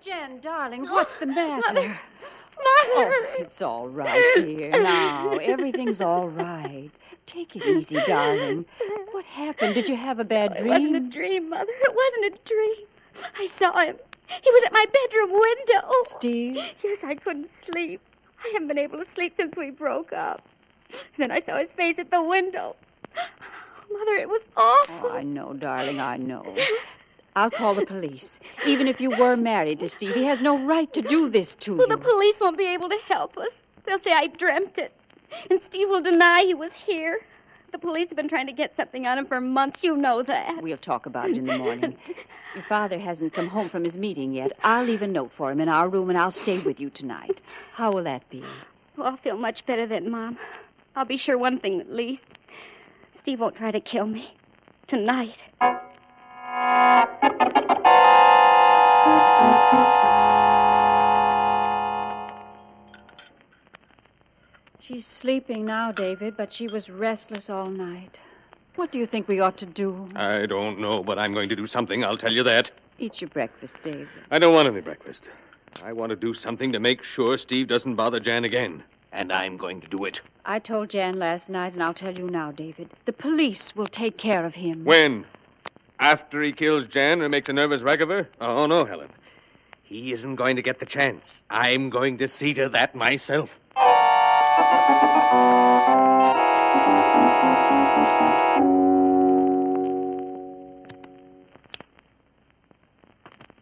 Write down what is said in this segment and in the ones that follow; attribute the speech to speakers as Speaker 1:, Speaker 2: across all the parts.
Speaker 1: Jen, darling, what's the matter?
Speaker 2: Mother!
Speaker 1: Oh, it's all right, dear. Now, everything's all right. Take it easy, darling. What happened? Did you have a bad
Speaker 2: It wasn't a
Speaker 1: dream?
Speaker 2: dream, Mother. It wasn't a dream. I saw him. He was at my bedroom window.
Speaker 1: Steve?
Speaker 2: Yes, I couldn't sleep. I haven't been able to sleep since we broke up. And then I saw his face at the window. Mother, it was awful.
Speaker 1: Oh, I know, darling, I know. I'll call the police. Even if you were married to Steve, he has no right to do this to
Speaker 2: Well,
Speaker 1: you.
Speaker 2: the police won't be able to help us. They'll say I dreamt it. And Steve will deny he was here. The police have been trying to get something on him for months. You know that.
Speaker 1: We'll talk about it in the morning. Your father hasn't come home from his meeting yet. I'll leave a note for him in our room, and I'll stay with you tonight. How will that be?
Speaker 2: Well, I'll feel much better then, Mom. I'll be sure one thing at least. Steve won't try to kill me. Tonight.
Speaker 1: She's sleeping now, David, but she was restless all night. What do you think we ought to do?
Speaker 3: I don't know, but I'm going to do something, I'll tell you that.
Speaker 1: Eat your breakfast, David.
Speaker 3: I don't want any breakfast. I want to do something to make sure Steve doesn't bother Jan again. And I'm going to do it.
Speaker 1: I told Jan last night, and I'll tell you now, David. The police will take care of him.
Speaker 3: When? After he kills Jan and makes a nervous wreck of her? Oh, no, Helen. He isn't going to get the chance. I'm going to see to that myself.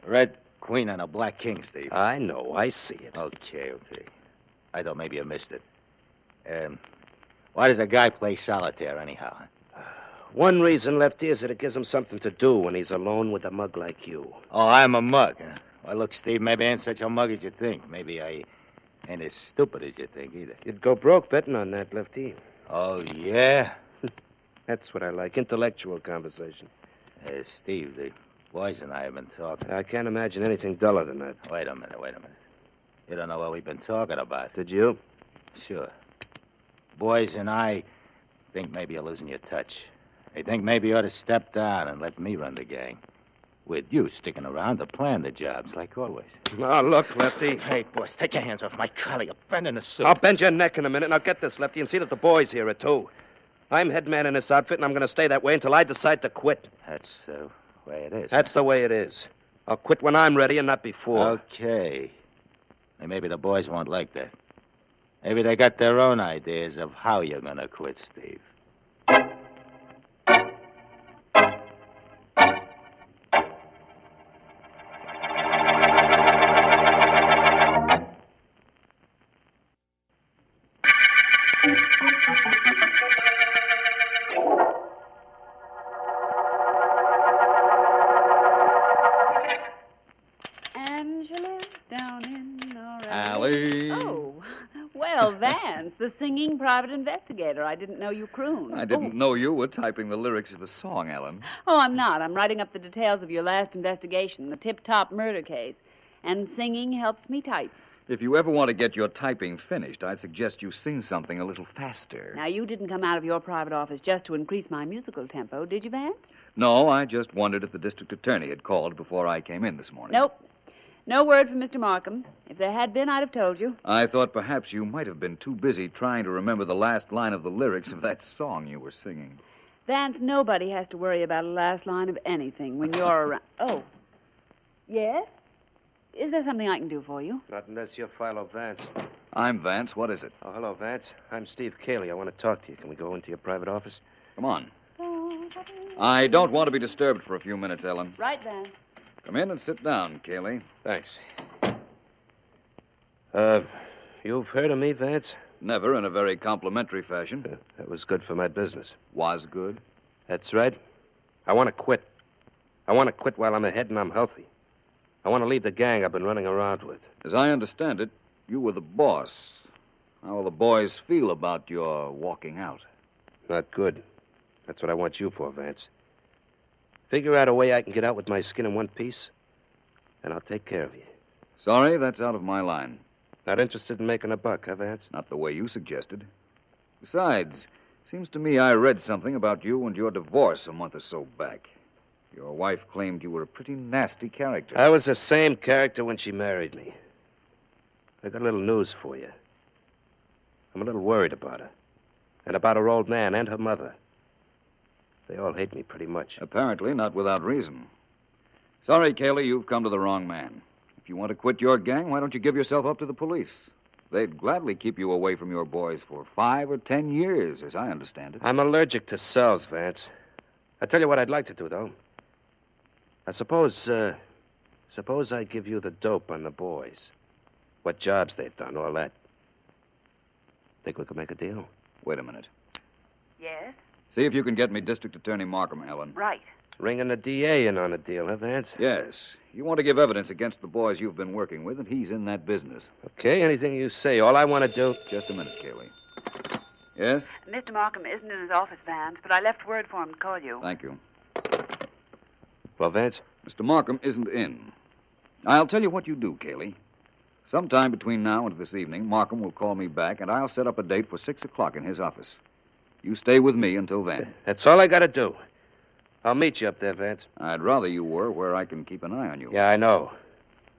Speaker 4: Red queen and a black king, Steve.
Speaker 5: I know. I see it.
Speaker 4: okay, okay. I thought maybe you missed it. Um, why does a guy play solitaire anyhow?
Speaker 5: One reason, Lefty, is that it gives him something to do when he's alone with a mug like you.
Speaker 4: Oh, I'm a mug. Huh? Well, look, Steve, maybe I ain't such a mug as you think. Maybe I ain't as stupid as you think either.
Speaker 5: You'd go broke betting on that, Lefty.
Speaker 4: Oh, yeah?
Speaker 5: That's what I like intellectual conversation.
Speaker 4: Hey, Steve, the boys and I have been talking.
Speaker 5: I can't imagine anything duller than that.
Speaker 4: Wait a minute, wait a minute. You don't know what we've been talking about.
Speaker 5: Did you?
Speaker 4: Sure. Boys and I think maybe you're losing your touch. They think maybe you ought to step down and let me run the gang. With you sticking around to plan the jobs, like always.
Speaker 5: Now, Ah, look, Lefty.
Speaker 4: Hey, boys, take your hands off my collar. You're bending the suit.
Speaker 5: I'll bend your neck in a minute. Now, get this, Lefty, and see that the boys hear it, too. I'm head man in this outfit, and I'm going to stay that way until I decide to quit.
Speaker 4: That's the way it is.
Speaker 5: That's the way it is. I'll quit when I'm ready and not before.
Speaker 4: Okay. Now, Maybe the boys won't like that. Maybe they got their own ideas of how you're going to quit, Steve.
Speaker 1: Angela, down in our
Speaker 3: Allie.
Speaker 1: Oh, well, Vance, the singing private investigator. I didn't know you crooned.
Speaker 6: I didn't know you were typing the lyrics of a song, Alan.
Speaker 1: Oh, I'm not. I'm writing up the details of your last investigation, the tip top murder case. And singing helps me type.
Speaker 6: If you ever want to get your typing finished, I'd suggest you sing something a little faster.
Speaker 1: Now, you didn't come out of your private office just to increase my musical tempo, did you, Vance?
Speaker 6: No, I just wondered if the district attorney had called before I came in this morning.
Speaker 1: Nope. No word from Mr. Markham. If there had been, I'd have told you.
Speaker 6: I thought perhaps you might have been too busy trying to remember the last line of the lyrics of that song you were singing.
Speaker 1: Vance, nobody has to worry about a last line of anything when you're around. Oh. Yes? Is there something I can do for you?
Speaker 5: Not unless you're Philo Vance.
Speaker 6: I'm Vance. What is it?
Speaker 5: Oh, hello, Vance. I'm Steve Cayley. I want to talk to you. Can we go into your private office?
Speaker 6: Come on. I don't want to be disturbed for a few minutes, Ellen.
Speaker 1: Right, Vance.
Speaker 6: Come in and sit down, Cayley.
Speaker 5: Thanks. Uh, you've heard of me, Vance?
Speaker 6: Never in a very complimentary fashion.
Speaker 5: Uh, That was good for my business.
Speaker 6: Was good.
Speaker 5: That's right. I want to quit. I want to quit while I'm ahead and I'm healthy. I I want to leave the gang I've been running around with.
Speaker 6: As I understand it, you were the boss. How will the boys feel about your walking out?
Speaker 5: Not good. That's what I want you for, Vance. Figure out a way I can get out with my skin in one piece, and I'll take care of you.
Speaker 6: Sorry, that's out of my line.
Speaker 5: Not interested in making a buck, huh, Vance?
Speaker 6: Not the way you suggested. Besides, seems to me I read something about you and your divorce a month or so back. Your wife claimed you were a pretty nasty character.
Speaker 5: I was the same character when she married me. I got a little news for you. I'm a little worried about her, and about her old man and her mother. They all hate me pretty much.
Speaker 6: Apparently, not without reason. Sorry, Cayley, you've come to the wrong man. If you want to quit your gang, why don't you give yourself up to the police? They'd gladly keep you away from your boys for five or ten years, as I understand it.
Speaker 5: I'm allergic to cells, Vance. I tell you what I'd like to do, though. I suppose, uh, suppose I give you the dope on the boys, what jobs they've done, all that. Think we could make a deal?
Speaker 6: Wait a minute.
Speaker 1: Yes?
Speaker 6: See if you can get me District Attorney Markham, Helen.
Speaker 1: Right.
Speaker 5: Ringing the DA in on a deal, huh, Vance?
Speaker 6: Yes. You want to give evidence against the boys you've been working with, and he's in that business.
Speaker 5: Okay, anything you say. All I want to do.
Speaker 6: Just a minute, Cayley. Yes?
Speaker 1: Mr. Markham isn't in his office, Vance, but I left word for him to call you.
Speaker 6: Thank you.
Speaker 5: Well, Vance,
Speaker 6: Mr. Markham isn't in. I'll tell you what you do, Cayley. Sometime between now and this evening, Markham will call me back, and I'll set up a date for six o'clock in his office. You stay with me until then.
Speaker 5: that's all I got to do. I'll meet you up there, Vance.
Speaker 6: I'd rather you were where I can keep an eye on you.
Speaker 5: Yeah, I know.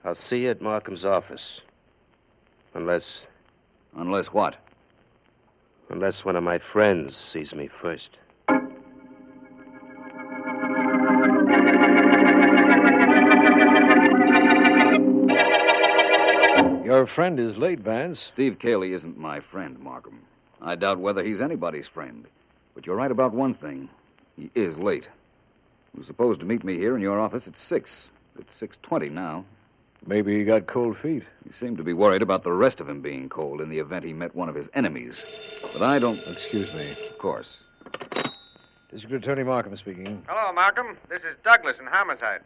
Speaker 5: I'll see you at Markham's office. Unless,
Speaker 6: Unless what?
Speaker 5: unless one of my friends sees me first.
Speaker 7: Your friend is late, Vance.
Speaker 6: Steve Cayley isn't my friend, Markham. I doubt whether he's anybody's friend. But you're right about one thing. He is late. He was supposed to meet me here in your office at six. It's six twenty now.
Speaker 7: Maybe he got cold feet.
Speaker 6: He seemed to be worried about the rest of him being cold in the event he met one of his enemies. But I don't,
Speaker 7: Excuse me.
Speaker 6: of course.
Speaker 7: District Attorney Markham speaking.
Speaker 8: Hello, Malcolm. This is Douglas in Homicide.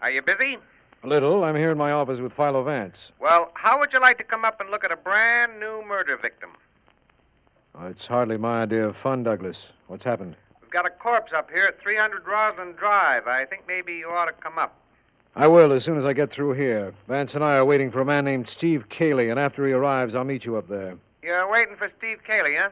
Speaker 8: Are you busy?
Speaker 7: A little. I'm here in my office with Philo Vance.
Speaker 8: Well, how would you like to come up and look at a brand new murder victim?
Speaker 7: Oh, it's hardly my idea of fun, Douglas. What's happened?
Speaker 8: We've got a corpse up here at 300 Roslyn Drive. I think maybe you ought to come up.
Speaker 7: I will as soon as I get through here. Vance and I are waiting for a man named Steve Cayley, and after he arrives, I'll meet you up there.
Speaker 8: You're waiting for Steve Cayley, huh?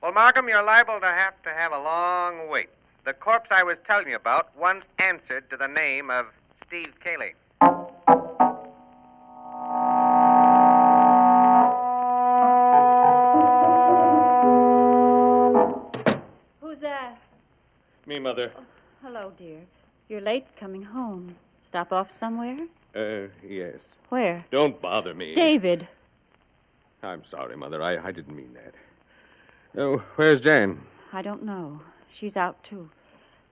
Speaker 8: Well, Malcolm, you're liable to have to have a long wait. The corpse I was telling you about once answered to the name of Steve Cayley.
Speaker 2: Who's that?
Speaker 3: Me, Mother.
Speaker 2: Hello, dear. You're late coming home. Stop off somewhere?
Speaker 3: Uh, yes.
Speaker 2: Where?
Speaker 3: Don't bother me.
Speaker 2: David.
Speaker 3: I'm sorry, Mother. I, I didn't mean that. Oh, where's Jan?
Speaker 2: I don't know. She's out, too.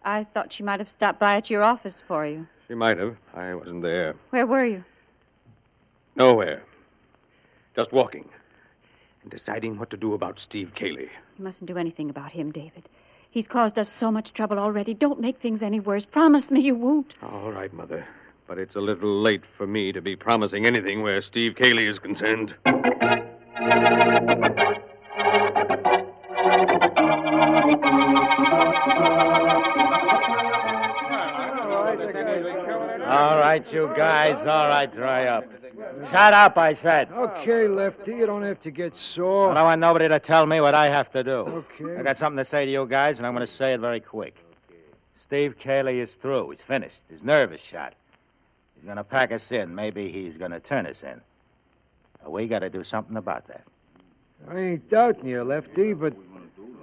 Speaker 2: I thought she might have stopped by at your office for you.
Speaker 3: She might have. I wasn't there.
Speaker 2: Where were you?
Speaker 3: Nowhere. Just walking. And deciding what to do about Steve Cayley.
Speaker 2: You mustn't do anything about him, David. He's caused us so much trouble already. Don't make things any worse. Promise me you won't.
Speaker 3: All right, Mother. But it's a little late for me to be promising anything where Steve Cayley is concerned.
Speaker 4: All right, you guys. All right, dry up. Shut up, I said.
Speaker 7: Okay, Lefty. You don't have to get
Speaker 4: I
Speaker 7: sore.
Speaker 4: don't want nobody to tell me what I have to do.
Speaker 7: Okay.
Speaker 4: I got something to say to you guys, and I'm going to say it very quick. Steve Cayley is through. He's finished. His nerve is shot. He's going to pack us in. Maybe he's going to turn us in. We got to do something about that.
Speaker 7: I ain't doubting you, Lefty, but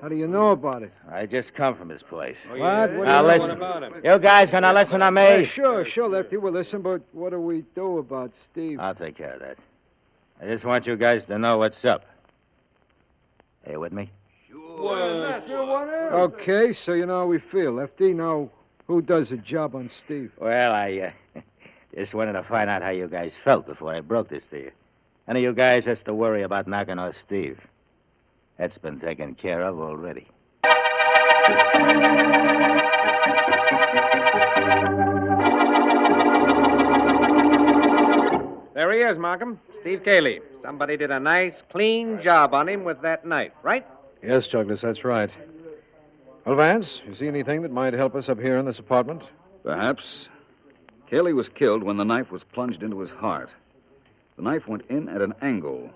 Speaker 7: how do you know about it?
Speaker 4: I just come from his place.
Speaker 7: What? What do
Speaker 4: Now
Speaker 7: you know
Speaker 4: listen.
Speaker 7: about
Speaker 4: You guys going to listen to
Speaker 7: Yeah,
Speaker 4: me?
Speaker 7: sure, sure, Lefty. We'll listen, but what do we do about Steve?
Speaker 4: I'll take care of that. I just want you guys to know what's up. Are you with me?
Speaker 7: Okay, so you know how we feel, Lefty. Now, who does the job on Steve?
Speaker 4: Well, I uh, just wanted to find out how you guys felt before I broke this to you. Any of you guys has to worry about knocking off Steve. That's been taken care of already.
Speaker 8: There he is, Markham. Steve Cayley. Somebody did a nice, clean job on him with that knife, right?
Speaker 7: Yes, Douglas, that's right. Well, Vance, you see anything that might help us up here in this apartment?
Speaker 6: Perhaps. Cayley was killed when the knife was plunged into his heart. The knife went in at an angle,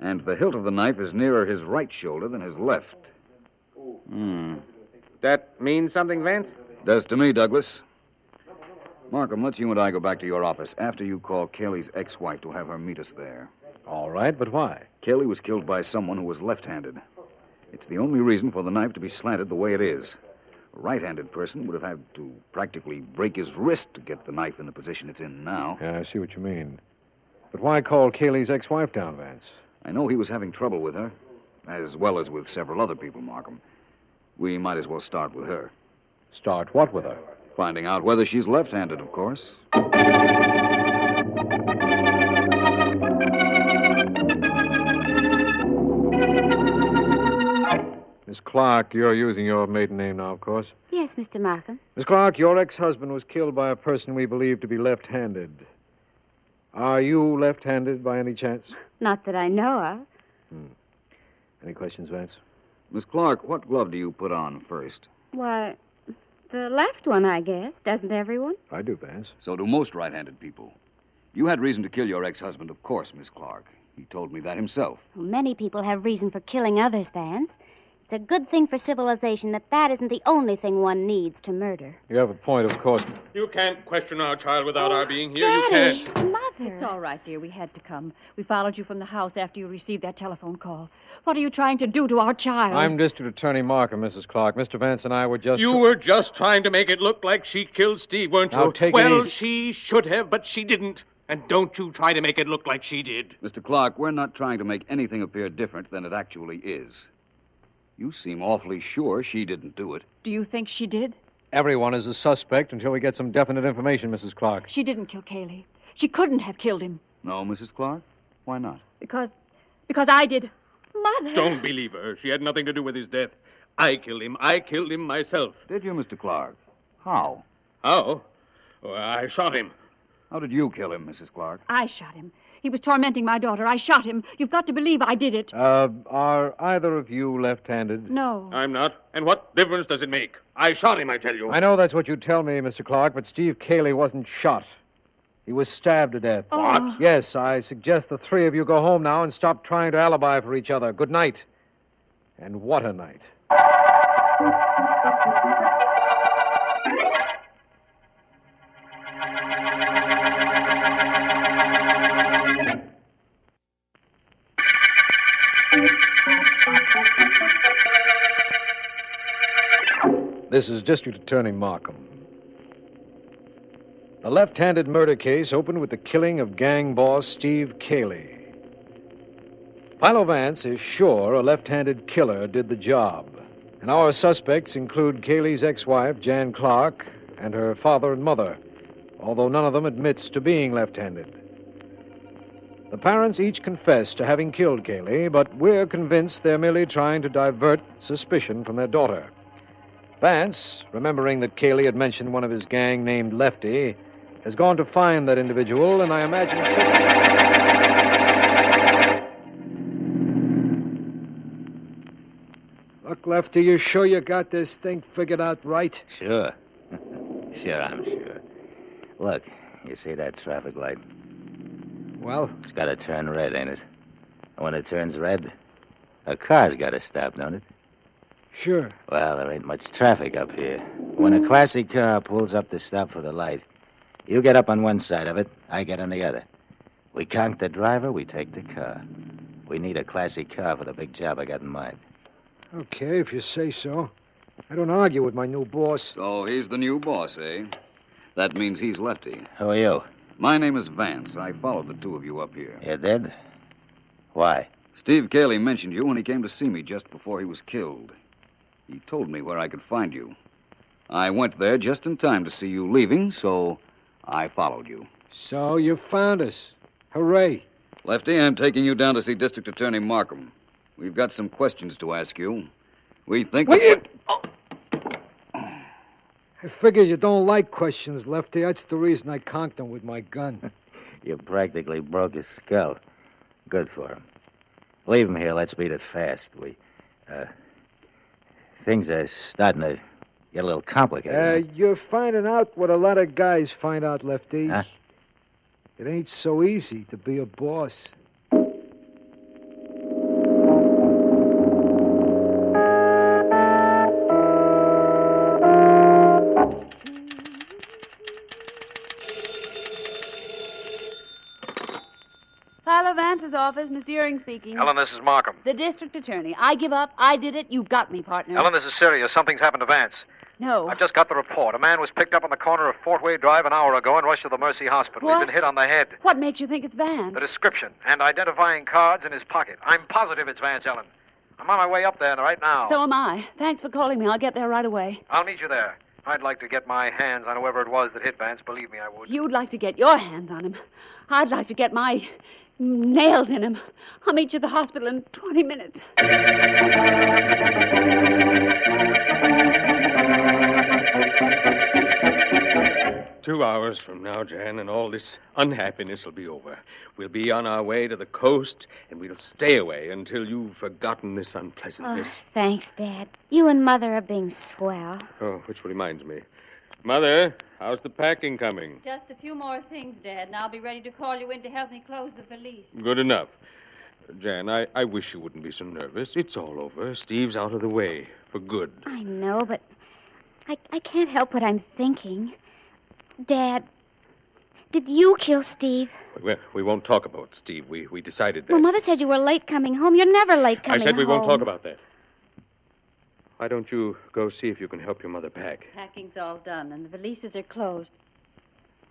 Speaker 6: and the hilt of the knife is nearer his right shoulder than his left. Hmm.
Speaker 8: That means something, Vance?
Speaker 6: Does to me, Douglas. Markham, let's you and I go back to your office after you call Kelly's ex wife to have her meet us there.
Speaker 7: All right, but why?
Speaker 6: Kelly was killed by someone who was left handed. It's the only reason for the knife to be slanted the way it is. A right handed person would have had to practically break his wrist to get the knife in the position it's in now.
Speaker 7: Yeah, I see what you mean. But why call Cayley's ex wife down, Vance?
Speaker 6: I know he was having trouble with her, as well as with several other people, Markham. We might as well start with her.
Speaker 7: Start what with her?
Speaker 6: Finding out whether she's left handed, of course.
Speaker 7: Miss Clark, you're using your maiden name now, of course.
Speaker 9: Yes, Mr. Markham.
Speaker 7: Miss Clark, your ex husband was killed by a person we believe to be left handed. Are you left handed by any chance?
Speaker 9: Not that I know of.
Speaker 7: Any questions, Vance?
Speaker 6: Miss Clark, what glove do you put on first?
Speaker 9: Why, the left one, I guess. Doesn't everyone?
Speaker 7: I do, Vance.
Speaker 6: So do most right handed people. You had reason to kill your ex husband, of course, Miss Clark. He told me that himself.
Speaker 9: Well, many people have reason for killing others, Vance. It's a good thing for civilization that that isn't the only thing one needs to murder.
Speaker 7: You have a point, of course.
Speaker 3: You can't question our child without our being here. You
Speaker 9: Daddy,
Speaker 3: can't.
Speaker 9: Mother.
Speaker 10: It's all right, dear. We had to come. We followed you from the house after you received that telephone call. What are you trying to do to our child?
Speaker 7: I'm District Attorney Markham, Mrs. Clark. Mr. Vance and I were just.
Speaker 3: You were just trying to make it look like she killed Steve, weren't you?
Speaker 7: Now, take it
Speaker 3: well,
Speaker 7: easy.
Speaker 3: she should have, but she didn't. And don't you try to make it look like she did.
Speaker 6: Mr. Clark, we're not trying to make anything appear different than it actually is. You seem awfully sure she didn't do it.
Speaker 10: Do you think she did?
Speaker 7: Everyone is a suspect until we get some definite information, Mrs. Clark.
Speaker 10: She didn't kill Cayley. She couldn't have killed him
Speaker 6: No, Mrs. Clark? Why not?
Speaker 10: because because I did.
Speaker 2: Mother.
Speaker 3: Don't believe her. She had nothing to do with his death. I killed him. I killed him myself.
Speaker 6: Did you, Mr. Clark? How?
Speaker 3: How? Well, I shot him.
Speaker 6: How did you kill him, Mrs. Clark?
Speaker 10: I shot him. He was tormenting my daughter. I shot him. You've got to believe I did it.
Speaker 7: Uh, are either of you left handed?
Speaker 10: No.
Speaker 3: I'm not. And what difference does it make? I shot him, I tell you.
Speaker 7: I know that's what you tell me, Mr. Clark, but Steve Cayley wasn't shot. He was stabbed to death.
Speaker 10: What?
Speaker 7: Yes, I suggest the three of you go home now and stop trying to alibi for each other. Good night. And what a night. This is District Attorney Markham. The left handed murder case opened with the killing of gang boss Steve Cayley. Philo Vance is sure a left handed killer did the job, and our suspects include Cayley's ex wife, Jan Clark, and her father and mother, although none of them admits to being left handed. The parents each confess to having killed Cayley, but we're convinced they're merely trying to divert suspicion from their daughter. Vance, remembering that Cayley had mentioned one of his gang named Lefty, has gone to find that individual, and I imagine. Look, Lefty, you sure you got this thing figured out right?
Speaker 4: Sure. sure, I'm sure. Look, you see that traffic light?
Speaker 7: Well,
Speaker 4: It's got to turn red, ain't it? And when it turns red, a car's got to stop, don't it?
Speaker 7: sure.
Speaker 4: Well, there ain't much traffic up here. When a classic car pulls up to stop for the light, you get up on one side of it, I get on the other. We conk the driver, we take the car. We need a classic car for the big job I got in mind.
Speaker 7: Okay, if you say so. I don't argue with my new boss.
Speaker 6: So he's the new boss, eh? That means he's lefty.
Speaker 4: Who are you?
Speaker 6: My name is Vance. I followed the two of you up here.
Speaker 4: You dead? Why?
Speaker 6: Steve Cayley mentioned you when he came to see me just before he was killed. He told me where I could find you. I went there just in time to see you leaving, so I followed you.
Speaker 7: So you found us. Hooray.
Speaker 6: Lefty, I'm taking you down to see District Attorney Markham. We've got some questions to ask you. We think.
Speaker 7: Will you-
Speaker 6: Oh,
Speaker 7: I figure you don't like questions, Lefty. That's the reason I conked him with my gun.
Speaker 4: You practically broke his skull. Good for him. Leave him here. Let's beat it fast. We, uh, things are starting to get a little complicated.
Speaker 7: Uh, you're finding out what a lot of guys find out, Lefty.
Speaker 4: Huh?
Speaker 7: It ain't so easy to be a boss.
Speaker 1: Philo Vance's office, Miss Deering speaking.
Speaker 11: Helen, this is Markham.
Speaker 1: The district attorney. I give up. I did it. You got me, partner.
Speaker 11: Helen, this is serious. Something's happened to Vance.
Speaker 1: No.
Speaker 11: I've just got the report. A man was picked up on the corner of Fort Wade Drive an hour ago and rushed to the Mercy Hospital. He's
Speaker 1: What?
Speaker 11: been hit on the head.
Speaker 1: What makes you think it's Vance?
Speaker 11: The description and identifying cards in his pocket. I'm positive it's Vance Ellen. I'm on my way up there right now.
Speaker 1: So am I. Thanks for calling me. I'll get there right away.
Speaker 11: I'll meet you there. I'd like to get my hands on whoever it was that hit Vance. Believe me, I would.
Speaker 1: You'd like to get your hands on him. I'd like to get my nails in him. I'll meet you at the hospital in 20 minutes.
Speaker 3: Two hours from now, Jan, and all this unhappiness will be over. We'll be on our way to the coast, and we'll stay away until you've forgotten this unpleasantness.
Speaker 9: Thanks, Dad. You and Mother are being swell.
Speaker 3: Oh, which reminds me. Mother, how's the packing coming?
Speaker 12: Just a few more things, Dad, and I'll be ready to call you in to help me close the valise.
Speaker 3: Good enough. Jan, I, I wish you wouldn't be so nervous. It's all over. Steve's out of the way for good.
Speaker 9: I know, but I, I can't help what I'm thinking. Dad, did you kill Steve?
Speaker 3: We, we won't talk about Steve. We, we decided that.
Speaker 9: Well, Mother said you were late coming home. You're never late
Speaker 3: I
Speaker 9: coming home.
Speaker 3: said we won't talk about that. Why don't you go see if you can help your mother pack?
Speaker 12: Packing's all done, and the valises are closed.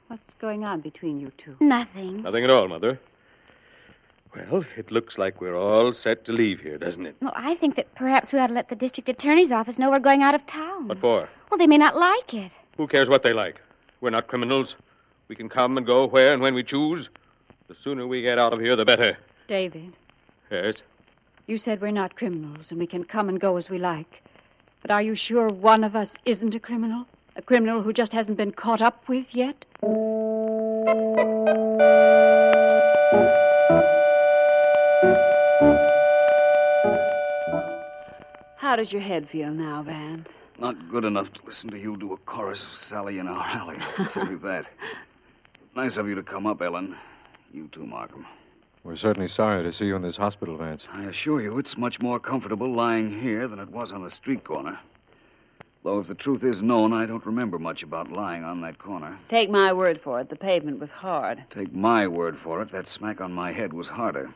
Speaker 12: What's going on between you two?
Speaker 9: Nothing.
Speaker 3: Nothing at all, Mother. Well, it looks like we're all set to leave here, doesn't it?
Speaker 9: Well, I think that perhaps we ought to let the district attorney's office know we're going out of town.
Speaker 3: What for?
Speaker 9: Well, they may not like it.
Speaker 3: Who cares what they like? We're not criminals. We can come and go where and when we choose. The sooner we get out of here, the better.
Speaker 10: David,
Speaker 3: Yes?
Speaker 10: you said we're not criminals and we can come and go as we like. But are you sure one of us isn't a criminal? A criminal who just hasn't been caught up with yet?
Speaker 1: How does your head feel now, Vance?
Speaker 6: Not good enough to listen to you do a chorus of Sally in our alley. I'll tell you that. Nice of you to come up, Ellen. You too, Markham.
Speaker 13: We're certainly sorry to see you in this hospital, Vance.
Speaker 6: I assure you, it's much more comfortable lying here than it was on the street corner. Though, if the truth is known, I don't remember much about lying on that corner.
Speaker 1: Take my word for it. The pavement was hard.
Speaker 6: Take my word for it, that smack on my head was harder.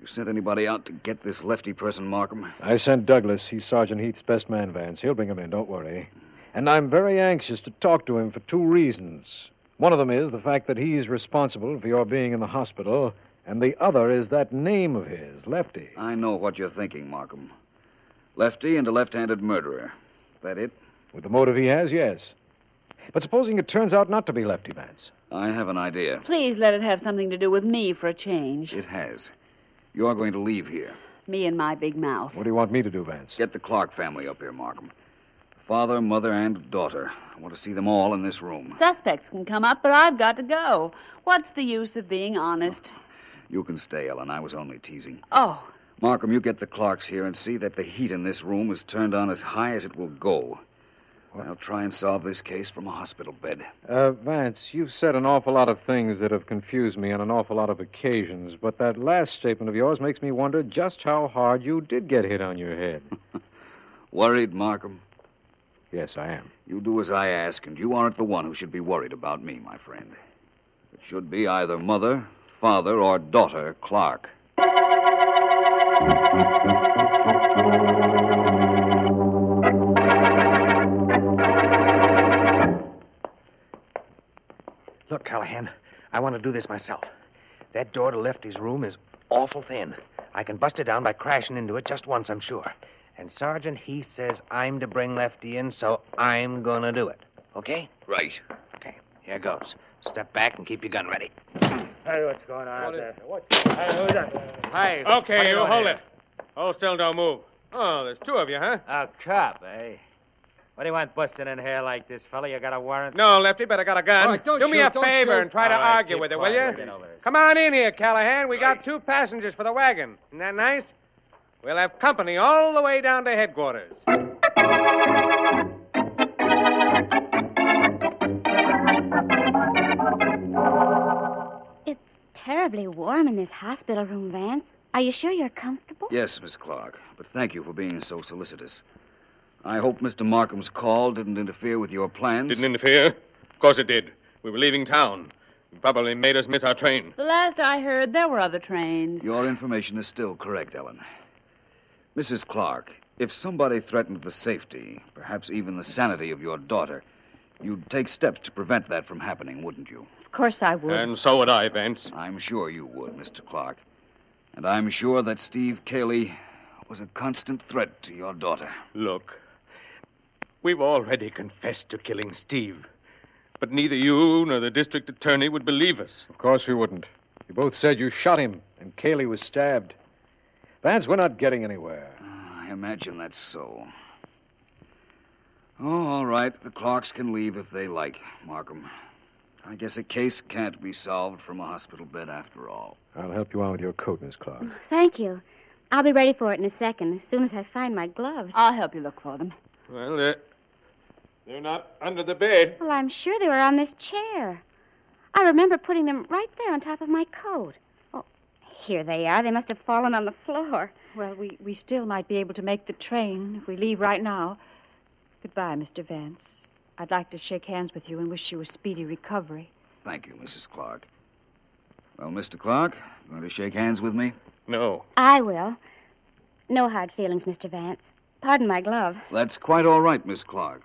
Speaker 6: You sent anybody out to get this lefty person, Markham?
Speaker 7: I sent Douglas. He's Sergeant Heath's best man, Vance. He'll bring him in, don't worry. And I'm very anxious to talk to him for two reasons. One of them is the fact that he's responsible for your being in the hospital, and the other is that name of his, Lefty.
Speaker 6: I know what you're thinking, Markham. Lefty and a left handed murderer. That it?
Speaker 7: With the motive he has, yes. But supposing it turns out not to be Lefty Vance.
Speaker 6: I have an idea.
Speaker 1: Please let it have something to do with me for a change.
Speaker 6: It has. You're going to leave here.
Speaker 1: Me and my big mouth.
Speaker 7: What do you want me to do, Vance?
Speaker 6: Get the Clark family up here, Markham. Father, mother, and daughter. I want to see them all in this room.
Speaker 1: Suspects can come up, but I've got to go. What's the use of being honest?
Speaker 6: You can stay, Ellen. I was only teasing.
Speaker 1: Oh,
Speaker 6: Markham, you get the Clarks here and see that the heat in this room is turned on as high as it will go. I'll try and solve this case from a hospital bed.
Speaker 13: Uh, Vance, you've said an awful lot of things that have confused me on an awful lot of occasions, but that last statement of yours makes me wonder just how hard you did get hit on your head.
Speaker 6: Worried, Markham?
Speaker 7: Yes, I am.
Speaker 6: You do as I ask, and you aren't the one who should be worried about me, my friend. It should be either mother, father, or daughter Clark.
Speaker 14: Look, Callahan, I want to do this myself. That door to Lefty's room is awful thin. I can bust it down by crashing into it just once, I'm sure. And Sergeant Heath says I'm to bring Lefty in, so I'm gonna do it. Okay?
Speaker 6: Right.
Speaker 14: Okay, here goes. Step back and keep your gun ready.
Speaker 15: Hey, what's going on out there? What?
Speaker 14: Hi.
Speaker 15: What
Speaker 3: Okay,
Speaker 15: are
Speaker 3: you
Speaker 15: doing
Speaker 3: hold
Speaker 15: here?
Speaker 3: it. Hold still, don't move. Oh, there's two of you, huh? A cop, eh?
Speaker 16: What do you want busting in here like this, fella? You got a warrant?
Speaker 8: No, Lefty, but I got a gun.
Speaker 16: All right, don't
Speaker 8: do me
Speaker 16: shoot,
Speaker 8: a
Speaker 16: don't
Speaker 8: favor
Speaker 16: shoot.
Speaker 8: and try to
Speaker 16: All right,
Speaker 8: argue
Speaker 16: keep
Speaker 8: with it, will
Speaker 16: quiet. We'll
Speaker 8: you?
Speaker 16: get over this.
Speaker 8: Come on in here, Callahan. We got two passengers for the wagon. Isn't that nice? We'll have company all the way down to headquarters.
Speaker 9: Terribly warm in this hospital room, Vance. Are you sure you're comfortable?
Speaker 6: Yes, Miss Clark, but thank you for being so solicitous. I hope Mr. Markham's call didn't interfere with your plans.
Speaker 3: Didn't interfere? Of course it did. We were leaving town. It probably made us miss our train.
Speaker 1: The last I heard, there were other trains.
Speaker 6: Your information is still correct, Ellen. Mrs. Clark, if somebody threatened the safety, perhaps even the sanity of your daughter, you'd take steps to prevent that from happening, wouldn't you?
Speaker 10: Of course I would.
Speaker 6: And so would I, Vance. I'm sure you would, Mr. Clark. And I'm sure that Steve Cayley was a constant threat to your daughter.
Speaker 3: Look, we've already confessed to killing Steve. But neither you nor the district attorney would believe us.
Speaker 13: Of course we wouldn't. You both said you shot him, and Cayley was stabbed. Vance, we're not getting anywhere.
Speaker 6: I imagine that's so. Oh, all right. The Clarks can leave if they like, Markham. I guess a case can't be solved from a hospital bed after all.
Speaker 13: I'll help you on with your coat, Miss Clark.
Speaker 9: Thank you. I'll be ready for it in a second, as soon as I find my gloves.
Speaker 1: I'll help you look for them.
Speaker 3: Well, they're, they're not under the bed.
Speaker 9: Well, I'm sure they were on this chair. I remember putting them right there on top of my coat. Oh, here they are. They must have fallen on the floor.
Speaker 10: Well, we, we still might be able to make the train if we leave right now. Goodbye, Mr. Vance. I'd like to shake hands with you and wish you a speedy recovery.
Speaker 6: Thank you, Mrs. Clark. Well, Mr. Clark, you going to shake hands with me?
Speaker 3: No.
Speaker 9: I will. No hard feelings, Mr. Vance. Pardon my glove.
Speaker 6: That's quite all right, Miss Clark.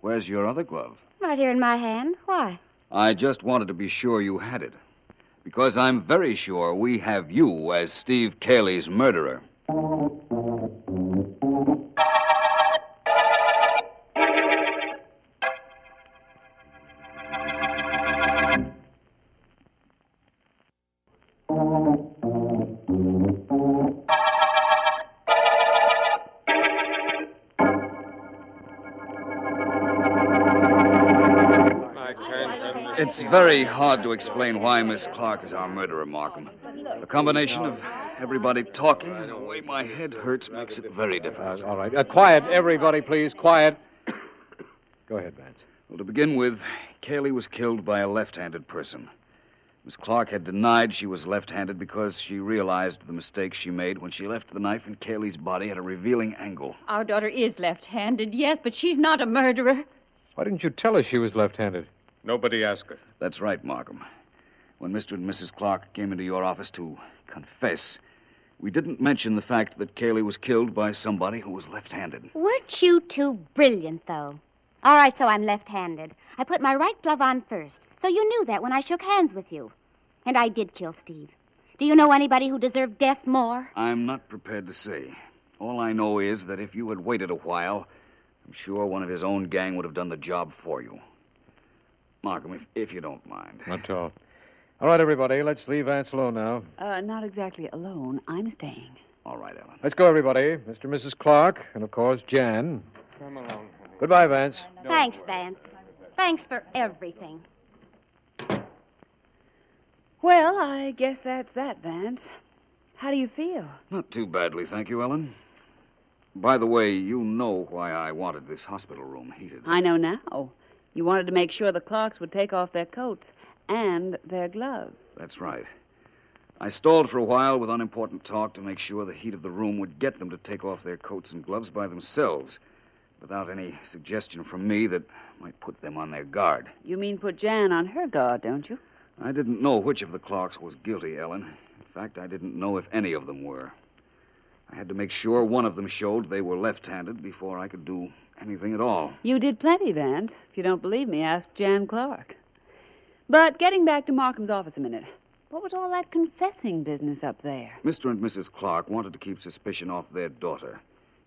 Speaker 6: Where's your other glove?
Speaker 9: Right here in my hand. Why?
Speaker 6: I just wanted to be sure you had it. Because I'm very sure we have you as Steve Cayley's murderer. It's very hard to explain why Miss Clark is our murderer, Markham. The combination of everybody talking and the way my head hurts makes it very difficult.
Speaker 13: all right. Uh, quiet, everybody, please. Quiet. Go ahead, Vance.
Speaker 6: Well, to begin with, Cayley was killed by a left handed person. Miss Clark had denied she was left handed because she realized the mistake she made when she left the knife in Cayley's body at a revealing angle.
Speaker 10: Our daughter is left handed, yes, but she's not a murderer.
Speaker 13: Why didn't you tell us she was left handed?
Speaker 3: Nobody asked us.
Speaker 6: That's right, Markham. When Mr. and Mrs. Clark came into your office to confess, we didn't mention the fact that Cayley was killed by somebody who was left handed.
Speaker 9: Weren't you two brilliant, though? All right, so I'm left handed. I put my right glove on first, so you knew that when I shook hands with you. And I did kill Steve. Do you know anybody who deserved death more?
Speaker 6: I'm not prepared to say. All I know is that if you had waited a while, I'm sure one of his own gang would have done the job for you. Markham, if, if you don't mind.
Speaker 13: Not at all. All right, everybody, let's leave Vance alone now.
Speaker 1: Uh, not exactly alone. I'm staying.
Speaker 6: All right, Ellen.
Speaker 13: Let's go, everybody. Mr. and Mrs. Clark, and of course, Jan.
Speaker 3: Come along.
Speaker 13: Goodbye, Vance.
Speaker 9: Thanks, Vance. Thanks for everything.
Speaker 1: Well, I guess that's that, Vance. How do you feel?
Speaker 6: Not too badly, thank you, Ellen. By the way, you know why I wanted this hospital room heated.
Speaker 1: I know now. You wanted to make sure the Clarks would take off their coats and their gloves.
Speaker 6: That's right. I stalled for a while with unimportant talk to make sure the heat of the room would get them to take off their coats and gloves by themselves, without any suggestion from me that might put them on their guard.
Speaker 1: You mean put Jan on her guard, don't you?
Speaker 6: I didn't know which of the Clarks was guilty, Ellen. In fact, I didn't know if any of them were. I had to make sure one of them showed they were left handed before I could do anything at all.
Speaker 1: You did plenty, Vance. If you don't believe me, ask Jan Clark. But getting back to Markham's office a minute, what was all that confessing business up there?
Speaker 6: Mr. and Mrs. Clark wanted to keep suspicion off their daughter,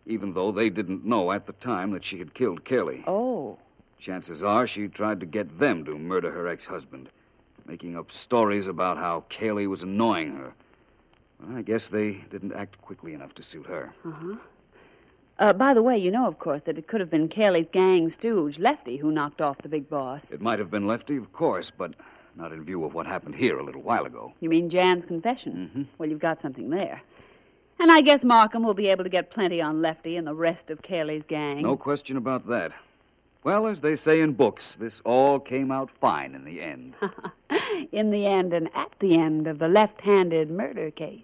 Speaker 6: even though they didn't know at the time that she had killed Kelly.
Speaker 1: Oh.
Speaker 6: Chances are she tried to get them to murder her ex husband, making up stories about how Kelly was annoying her. Well, I guess they didn't act quickly enough to suit her.
Speaker 1: Uh huh. Uh-huh. Uh, by the way, you know, of course, that it could have been Cayley's gang stooge, Lefty, who knocked off the big boss.
Speaker 6: It might have been Lefty, of course, but not in view of what happened here a little while ago.
Speaker 1: You mean Jan's confession? Mm-hmm. Well, you've got something there. And I guess Markham will be able to get plenty on Lefty and the rest of Cayley's gang.
Speaker 6: No question about that. Well, as they say in books, this all came out fine in the end.
Speaker 1: in the end and at the end of the left handed murder case.